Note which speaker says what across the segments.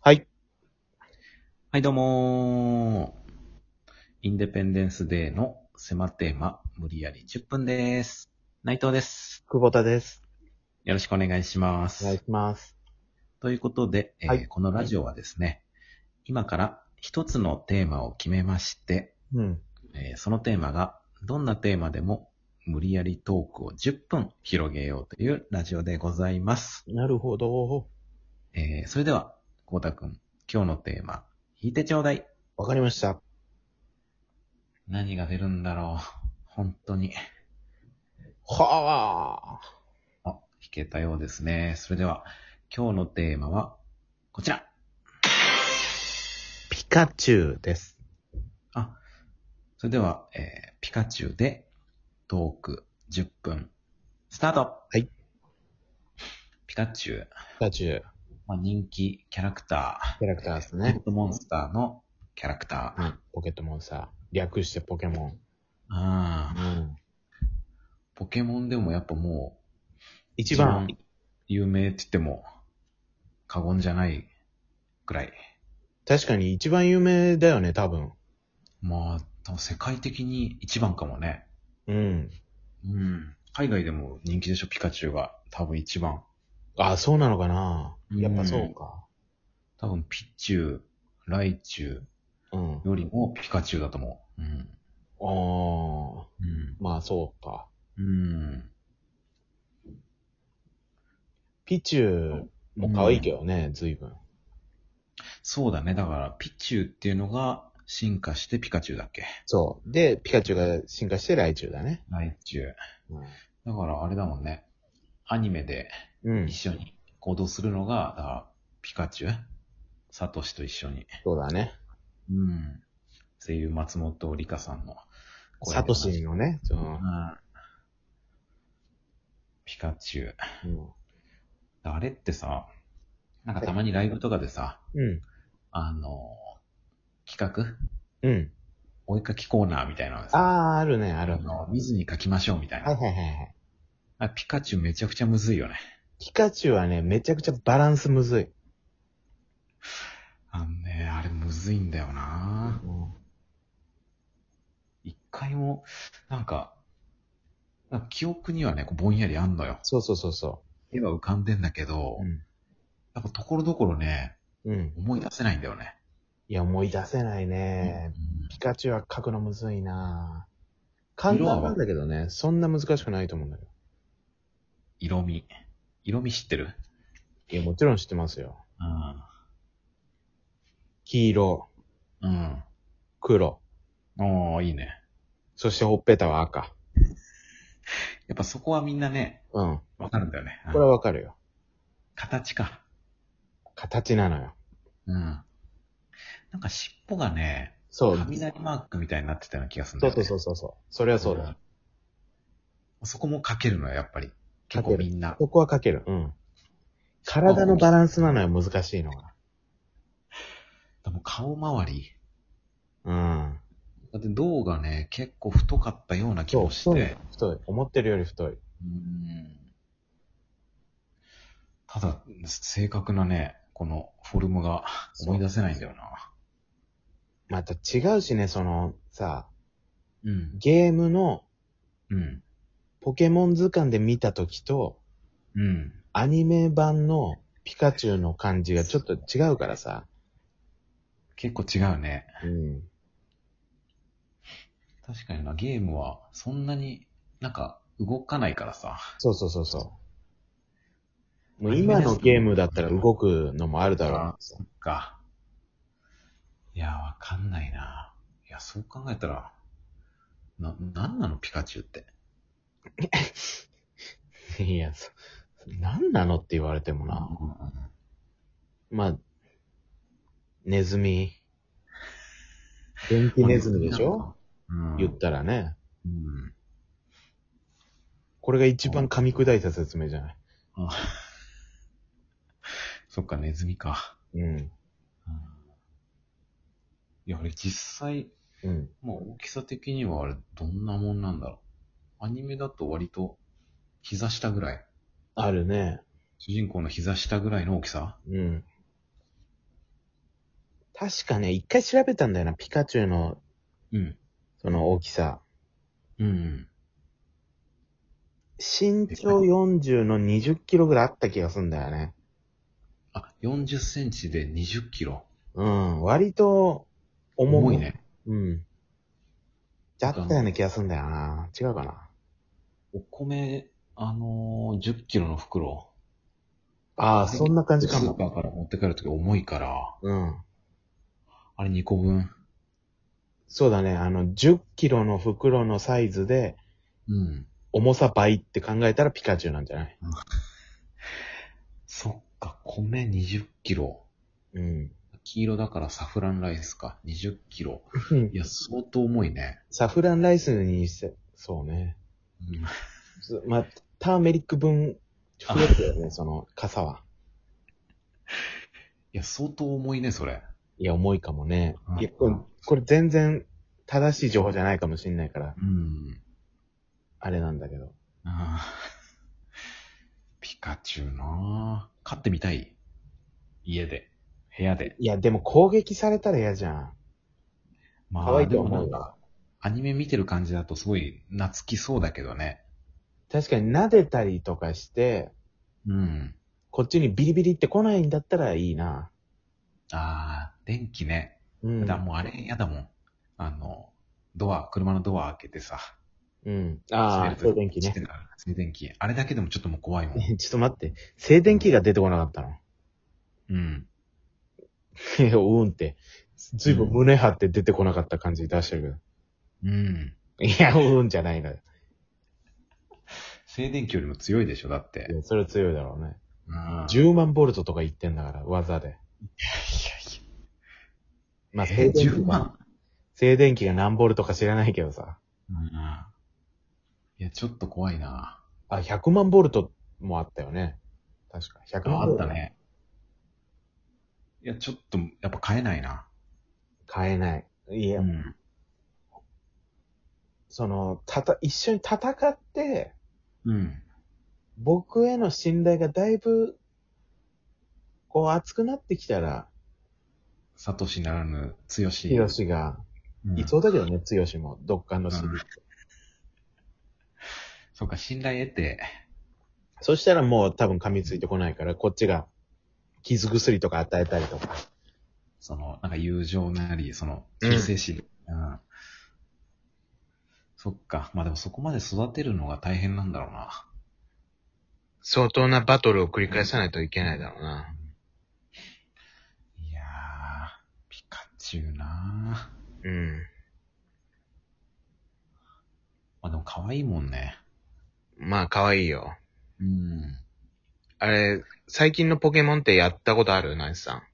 Speaker 1: はい。
Speaker 2: はい、どうもー。インデペンデンスデーの狭テーマ、無理やり10分です。内藤です。
Speaker 1: 久保田です。
Speaker 2: よろしくお願いしま
Speaker 1: お願い
Speaker 2: す。
Speaker 1: します。
Speaker 2: ということで、えー
Speaker 1: はい
Speaker 2: このラジオはですね、今から一つのテーマを決めまして、
Speaker 1: うん。
Speaker 2: えーそのテーマがどんなテーマでも無理やりトークを10分広げようというラジオでございます。
Speaker 1: なるほど。
Speaker 2: えーそれでは、こうたくん、今日のテーマ、引いてちょうだい。
Speaker 1: わかりました。
Speaker 2: 何が出るんだろう。本当に。
Speaker 1: はあ。
Speaker 2: あ、弾けたようですね。それでは、今日のテーマは、こちら。
Speaker 1: ピカチュウです。
Speaker 2: あ、それでは、えーピカチュウで、トーク10分、スタート
Speaker 1: はい。
Speaker 2: ピカチュウ、
Speaker 1: ピカチュウ。
Speaker 2: まあ、人気キャラクター。
Speaker 1: キャラクターです
Speaker 2: ポケ
Speaker 1: ね
Speaker 2: ッ。トモンスターのキャラクター。
Speaker 1: うん。ポケットモンスター。略してポケモン。
Speaker 2: あー
Speaker 1: ん。
Speaker 2: ポケモンでもやっぱもう、
Speaker 1: 一番。
Speaker 2: 有名って言っても、過言じゃないくらい。
Speaker 1: 確かに一番有名だよね、多分。
Speaker 2: まあ、多分世界的に一番かもね。
Speaker 1: うん。
Speaker 2: うん。海外でも人気でしょ、ピカチュウが。多分一番。
Speaker 1: あ、そうなのかなやっぱそうか。
Speaker 2: 多分ピッチュウ、ライチュ
Speaker 1: うん。あ
Speaker 2: ウよりもピカチュウだと思う。うん。
Speaker 1: あ。まあそうか。
Speaker 2: うん。うん。
Speaker 1: ピチュウも可愛いけどね、随分。
Speaker 2: そうだね。だから、ピッチュウっていうのが進化してピカチュウだっけ。
Speaker 1: そう。で、ピカチュウが進化して来中だね。
Speaker 2: ライチュウ。
Speaker 1: うん。
Speaker 2: だから、あれだもんね。アニメで
Speaker 1: うん
Speaker 2: 一。緒に行動するのが、だから、ピカチュウサトシと一緒に。
Speaker 1: そうだね。
Speaker 2: うん。声優松本里香さんの声で
Speaker 1: サトシのね、その
Speaker 2: う、ん。ピカチュウ。あれってさ、なんかたまにライブとかでさ、
Speaker 1: うん。
Speaker 2: あのー、企画
Speaker 1: うん。
Speaker 2: お絵かきコーナーみたいなのが
Speaker 1: あ
Speaker 2: さ、
Speaker 1: あ、あるね、あ
Speaker 2: あ
Speaker 1: る。
Speaker 2: の、見ずに書きましょうみたい
Speaker 1: はい
Speaker 2: な。
Speaker 1: はいはいはい。
Speaker 2: あピカチュウめちゃくちゃむずいよね。
Speaker 1: ピカチュウはね、めちゃくちゃバランスむずい。
Speaker 2: あのね、あれむずいんだよな一回も、なんか、なんか記憶にはね、こうぼんやりあんのよ。
Speaker 1: そうそうそうそ
Speaker 2: 絵は浮かんでんだけど、
Speaker 1: う。ん。
Speaker 2: やっぱところどころね、
Speaker 1: うん。
Speaker 2: 思い出せないんだよね。
Speaker 1: いや、思い出せないね。
Speaker 2: うん
Speaker 1: ピカチュウは描くのむずいな簡単なんだけどね、そんな難しくないと思うんだけど。
Speaker 2: 色味。色味知ってる
Speaker 1: いや、もちろん知ってますよ。
Speaker 2: うん。
Speaker 1: 黄色、
Speaker 2: うん。
Speaker 1: 黒、
Speaker 2: おー、いいね。
Speaker 1: そしてほっぺたは赤。
Speaker 2: やっぱそこはみんなね、
Speaker 1: うん。
Speaker 2: わかるんだよね。
Speaker 1: これはわかるよ。
Speaker 2: 形か。
Speaker 1: 形なのよ。
Speaker 2: うん。なんか尻尾がね、
Speaker 1: そう。
Speaker 2: 雷マークみたいになってたような気がするんだ
Speaker 1: そう
Speaker 2: よ、
Speaker 1: そ
Speaker 2: ね。
Speaker 1: うそうそうそう。それはそうだ。
Speaker 2: うんそこもかけるのよ、やっぱり。結
Speaker 1: か
Speaker 2: 構
Speaker 1: け
Speaker 2: み
Speaker 1: る
Speaker 2: んな。
Speaker 1: そこはかける。うん。体のバランスなのよ、難しいのが。
Speaker 2: でも顔周り。
Speaker 1: うん。
Speaker 2: だって胴がね、結構太かったような気もし
Speaker 1: 太い
Speaker 2: て。。
Speaker 1: 太い。思ってるより太い。
Speaker 2: うん。ただ、正確なね、このフォルムが思い出せないんだよな。
Speaker 1: また違うしね、その、さ、
Speaker 2: うん。
Speaker 1: ゲームの
Speaker 2: うん。
Speaker 1: ポケモン図鑑で見た時と、
Speaker 2: うん。
Speaker 1: アニメ版のピカチュウの感じがちょっと違うからさ。
Speaker 2: 結構違うね。
Speaker 1: うん。
Speaker 2: 確かにな、ゲームはそんなになんか動かないからさ。
Speaker 1: そうそうそうそう。もう今のゲームだったら動くのもあるだろうしさ。
Speaker 2: そっか。いや、わかんないな。いや、そう考えたら、な、なんなのピカチュウって。
Speaker 1: いや、そ、 なんなのって言われてもな。まあ、ネズミ。 電気ネズミでしょ
Speaker 2: うん。
Speaker 1: 言ったらね。
Speaker 2: うん。
Speaker 1: これが一番噛み砕いた説明じゃない。
Speaker 2: そっか、ネズミか。
Speaker 1: うん。
Speaker 2: うんいや、あれ実際、
Speaker 1: うん。
Speaker 2: まあ大きさ的にはあれどんなもんなんだろう。アニメだと割と膝下ぐらい。
Speaker 1: あるね。
Speaker 2: 主人公の膝下ぐらいの大きさ
Speaker 1: うん。確かね、一回調べたんだよな、ピカチュウの、
Speaker 2: うん。
Speaker 1: その大きさ。
Speaker 2: うん。
Speaker 1: 身長40の20キロぐらいあった気がするんだよね。
Speaker 2: あ、40センチで20キロ。
Speaker 1: うん、割と重
Speaker 2: 重い。ね。
Speaker 1: うん。だったような気がするんだよな。違うかな。
Speaker 2: お米、あのー、10キロの袋。
Speaker 1: ああ、そんな感
Speaker 2: ス
Speaker 1: じか
Speaker 2: ー
Speaker 1: も。
Speaker 2: パーから持って帰るとき重いから、
Speaker 1: うん。
Speaker 2: あれ2個分。
Speaker 1: そうだね。あの、10キロの袋のサイズで、
Speaker 2: うん。
Speaker 1: 重さ倍って考えたらピカチュウなんじゃない
Speaker 2: そっか、米20キロ。
Speaker 1: うん。
Speaker 2: 黄色だからサフランライスか。20キロ。いや、相当重いね。
Speaker 1: サフランライスにして、そうね。
Speaker 2: うん
Speaker 1: ずまあ、ターメリック分増えてるよね、その、傘は。
Speaker 2: いや、相当重いね、それ。
Speaker 1: いや、重いかもね
Speaker 2: う。ん
Speaker 1: いや、これ、これ全然正しい情報じゃないかもしんないから、
Speaker 2: うん。
Speaker 1: あれなんだけど。
Speaker 2: あーピカチュウなぁ。飼ってみたい家で。部屋で。
Speaker 1: いや、でも攻撃されたら嫌じゃん。
Speaker 2: ま
Speaker 1: 可愛い
Speaker 2: で
Speaker 1: と
Speaker 2: もな
Speaker 1: 思うんよ
Speaker 2: か、アニメ見てる感じだとすごい懐きそうだけどね。
Speaker 1: 確かに撫でたりとかして、
Speaker 2: うん。
Speaker 1: こっちにビリビリって来ないんだったらいいな。
Speaker 2: ああ、電気ね。
Speaker 1: うん。
Speaker 2: だ、もうあれやだもん。あの、ドア、車のドア開けてさ。
Speaker 1: うん。ああ、
Speaker 2: 閉
Speaker 1: 静
Speaker 2: め
Speaker 1: 電
Speaker 2: る
Speaker 1: 気
Speaker 2: と
Speaker 1: ね。
Speaker 2: 静電気静電気。あれだけでもちょっともう怖いもん。
Speaker 1: ちょっと待って。静電気が出てこなかったの。
Speaker 2: うん。
Speaker 1: いや うんって。ずいぶん胸張って出てこなかった感じ出してる
Speaker 2: うん。
Speaker 1: けど。い や、うんじゃないのよ。
Speaker 2: 静電気よりも強いでしょ、だって
Speaker 1: い。やそれは強いだろうね。
Speaker 2: うん
Speaker 1: 10万ボルトとか言ってんだから、技で。 まあ、
Speaker 2: いやいやいや。え、
Speaker 1: 静電気
Speaker 2: 10
Speaker 1: が、
Speaker 2: 万
Speaker 1: 静電気が何ボルトか知らないけどさ。
Speaker 2: うん。いや、ちょっと怖いな。
Speaker 1: あ、100万ボルトもあったよね。確か。100万
Speaker 2: あ、
Speaker 1: ボル
Speaker 2: あっ
Speaker 1: ト
Speaker 2: た。ね。いや、ちょっと、やっぱ買えないな。
Speaker 1: 買えない。いうや、
Speaker 2: ん。
Speaker 1: その、たた、一緒に戦って、
Speaker 2: うん。
Speaker 1: 僕への信頼がだいぶ、こう熱くなってきたら、
Speaker 2: サトシならぬ、強し。
Speaker 1: ヒロシが、
Speaker 2: うん
Speaker 1: いそうだけどね、つよしも、どっかのシーン
Speaker 2: うんそうか、信頼得て。
Speaker 1: そしたらもう多分噛みついてこないから、こっちが、傷薬とか与えたりとか。
Speaker 2: その、なんか友情なり、その、
Speaker 1: うん
Speaker 2: 忠誠心。うん。そっか。まあでもそこまで育てるのが大変なんだろうな。
Speaker 1: 相当なバトルを繰り返さないといけないだろうな。
Speaker 2: いやー、ピカチュウなー。
Speaker 1: うん。
Speaker 2: まあでも可愛いもんね。
Speaker 1: まあ、可愛いよ。
Speaker 2: うん。
Speaker 1: あれ、最近のポケモンってやったことあるナイスさ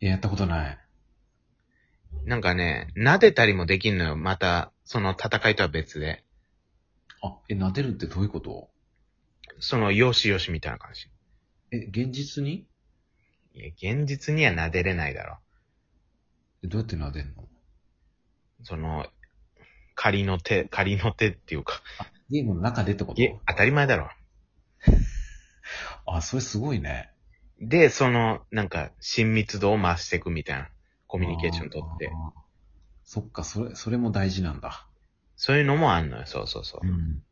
Speaker 2: いや、やったことない。
Speaker 1: ん。なんかね、撫でたりもできんのよ。また、その戦いとは別で。
Speaker 2: あ、え、撫でるってどういうこと
Speaker 1: その、よしよしみたいな感じ。
Speaker 2: え、現実に
Speaker 1: いや、現実には撫でれないだろ。
Speaker 2: えどうやって撫でんの
Speaker 1: その、仮の手、仮の手っていうか、
Speaker 2: ゲームの中でってこ
Speaker 1: いえ
Speaker 2: と、
Speaker 1: 当たり前だろ。
Speaker 2: あ、それすごいね。
Speaker 1: で、その、なんか、親密度を増していくみたいな、コミュニケーション取って
Speaker 2: あ。ー。そっか、それ、それも大事なんだ。
Speaker 1: そういうのもあんのよ、そうそうそう
Speaker 2: う。ん。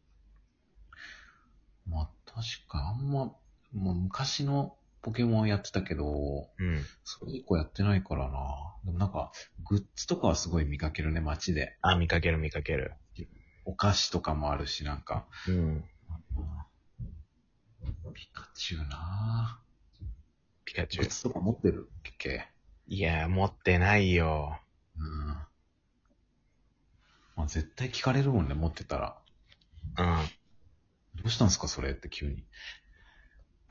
Speaker 2: まあ、確かあんま、まあ、昔のポケモンやってたけど、
Speaker 1: うん。
Speaker 2: それ以降やってないからな。でもなんか、グッズとかはすごい見かけるね、街で。
Speaker 1: あ、見かける見かける。
Speaker 2: お菓子とかもあるし、なんか。
Speaker 1: うん。
Speaker 2: ピカチュウな
Speaker 1: ピカチ
Speaker 2: グッ
Speaker 1: ュウ。
Speaker 2: ズとか持ってるっけ
Speaker 1: いや、持ってないよ。
Speaker 2: うん。まあ、絶対聞かれるもんね、持ってたら。
Speaker 1: うん。
Speaker 2: どうしたんすか、それって急に。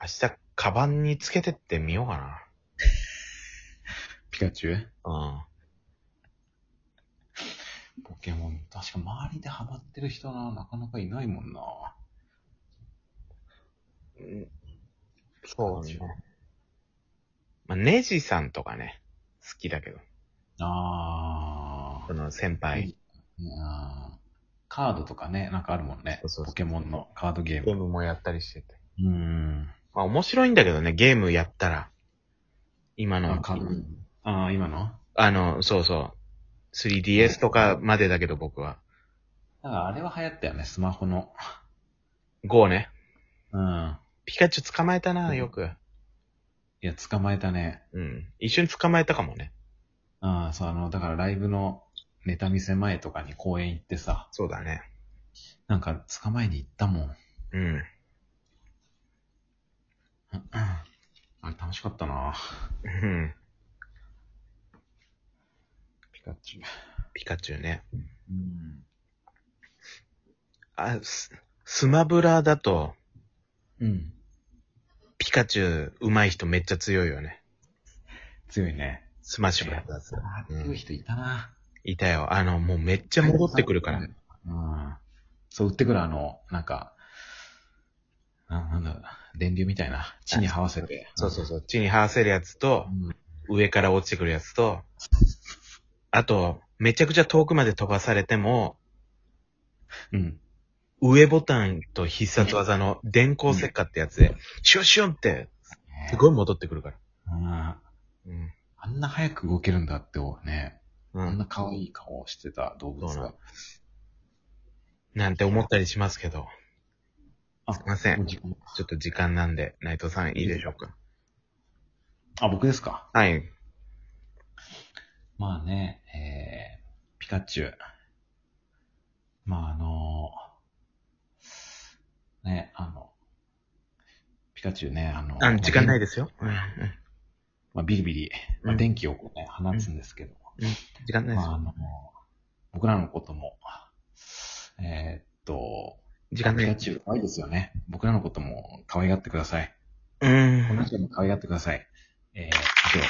Speaker 1: 明日、カバンにつけてってみようか
Speaker 2: ピカチュウ
Speaker 1: な。
Speaker 2: ポケモン、確か周りでハマってる人な、なかなかいないもんな。
Speaker 1: うん。そう
Speaker 2: ピ
Speaker 1: ね
Speaker 2: カチュウ。
Speaker 1: まあ、ネジさんとかね、好きだけど。
Speaker 2: あ
Speaker 1: この先輩。
Speaker 2: あ。カードとかね、なんかあるもんね。
Speaker 1: そうそうそう
Speaker 2: ポケモンのカードゲー
Speaker 1: ゲー
Speaker 2: ム。
Speaker 1: ムもやったりしてて。
Speaker 2: うん。
Speaker 1: まあ、面白いんだけどね、ゲームやったら。今の
Speaker 2: カード。ああ、今の
Speaker 1: あの、そうそう。3DS とかまでだけど僕は。
Speaker 2: なんかあれは流行ったよね、スマホの。
Speaker 1: GO ね。
Speaker 2: うん。
Speaker 1: ピカチュウ捕まえたな、よく。
Speaker 2: いや、捕まえたね。
Speaker 1: うん。一緒に捕まえたかもね。
Speaker 2: ああ、そう、あの、だからライブのネタ見せ前とかに公演行ってさ、
Speaker 1: そうだね。
Speaker 2: なんか捕まえに行ったもん。
Speaker 1: うん。
Speaker 2: うんあれ楽しかったな
Speaker 1: うん。
Speaker 2: ピカチュウ。
Speaker 1: ピカチュウね。
Speaker 2: うん。
Speaker 1: あ、ス、スマブラだと、
Speaker 2: うん。
Speaker 1: ピカチュウ上手い人めっちゃ強いよね。
Speaker 2: 強いね。
Speaker 1: スマッシュブラザーズ。
Speaker 2: あ
Speaker 1: うん
Speaker 2: 強い人いたな、
Speaker 1: いたよ。あの、もうめっちゃ戻ってくるから
Speaker 2: う。ん。そう、売ってくるあの、なんか、ななんだろう、電流みたいな、地に這わせて。
Speaker 1: そうそうそう。地に這わせるやつと、
Speaker 2: うん。
Speaker 1: 上から落ちてくるやつと、あと、めちゃくちゃ遠くまで飛ばされても、
Speaker 2: うん。
Speaker 1: 上ボタンと必殺技の電光石火ってやつで、シュンシュンって、すごい戻ってくるから。
Speaker 2: うん
Speaker 1: うん。
Speaker 2: あんな早く動けるんだって思うね。
Speaker 1: う。
Speaker 2: あんなん可愛い顔をしてた動物
Speaker 1: そうな
Speaker 2: が
Speaker 1: の。なんて思ったりしますけど。
Speaker 2: あ
Speaker 1: すいませ
Speaker 2: も
Speaker 1: ん
Speaker 2: う。時間
Speaker 1: ちょっと時間なんで、内藤さんいいでしょうか。
Speaker 2: あ、僕ですか
Speaker 1: はい。
Speaker 2: まあね、えー、ピカチュウ。まああのね、あの、ピカチュウね、あの、
Speaker 1: あ時間ない
Speaker 2: で。
Speaker 1: ですよ。うんうん
Speaker 2: まあビリビリ、
Speaker 1: う
Speaker 2: まあ
Speaker 1: ん
Speaker 2: 電気をこうね、放つんですけど、
Speaker 1: 時間ないです
Speaker 2: まあ
Speaker 1: よ。
Speaker 2: あの僕らのことも、えーっと、
Speaker 1: 時間な
Speaker 2: ピカ
Speaker 1: い。
Speaker 2: チュウ可愛いですよね。僕らのことも可愛がってください。
Speaker 1: うん
Speaker 2: 同じように可愛がってください。えー、以上。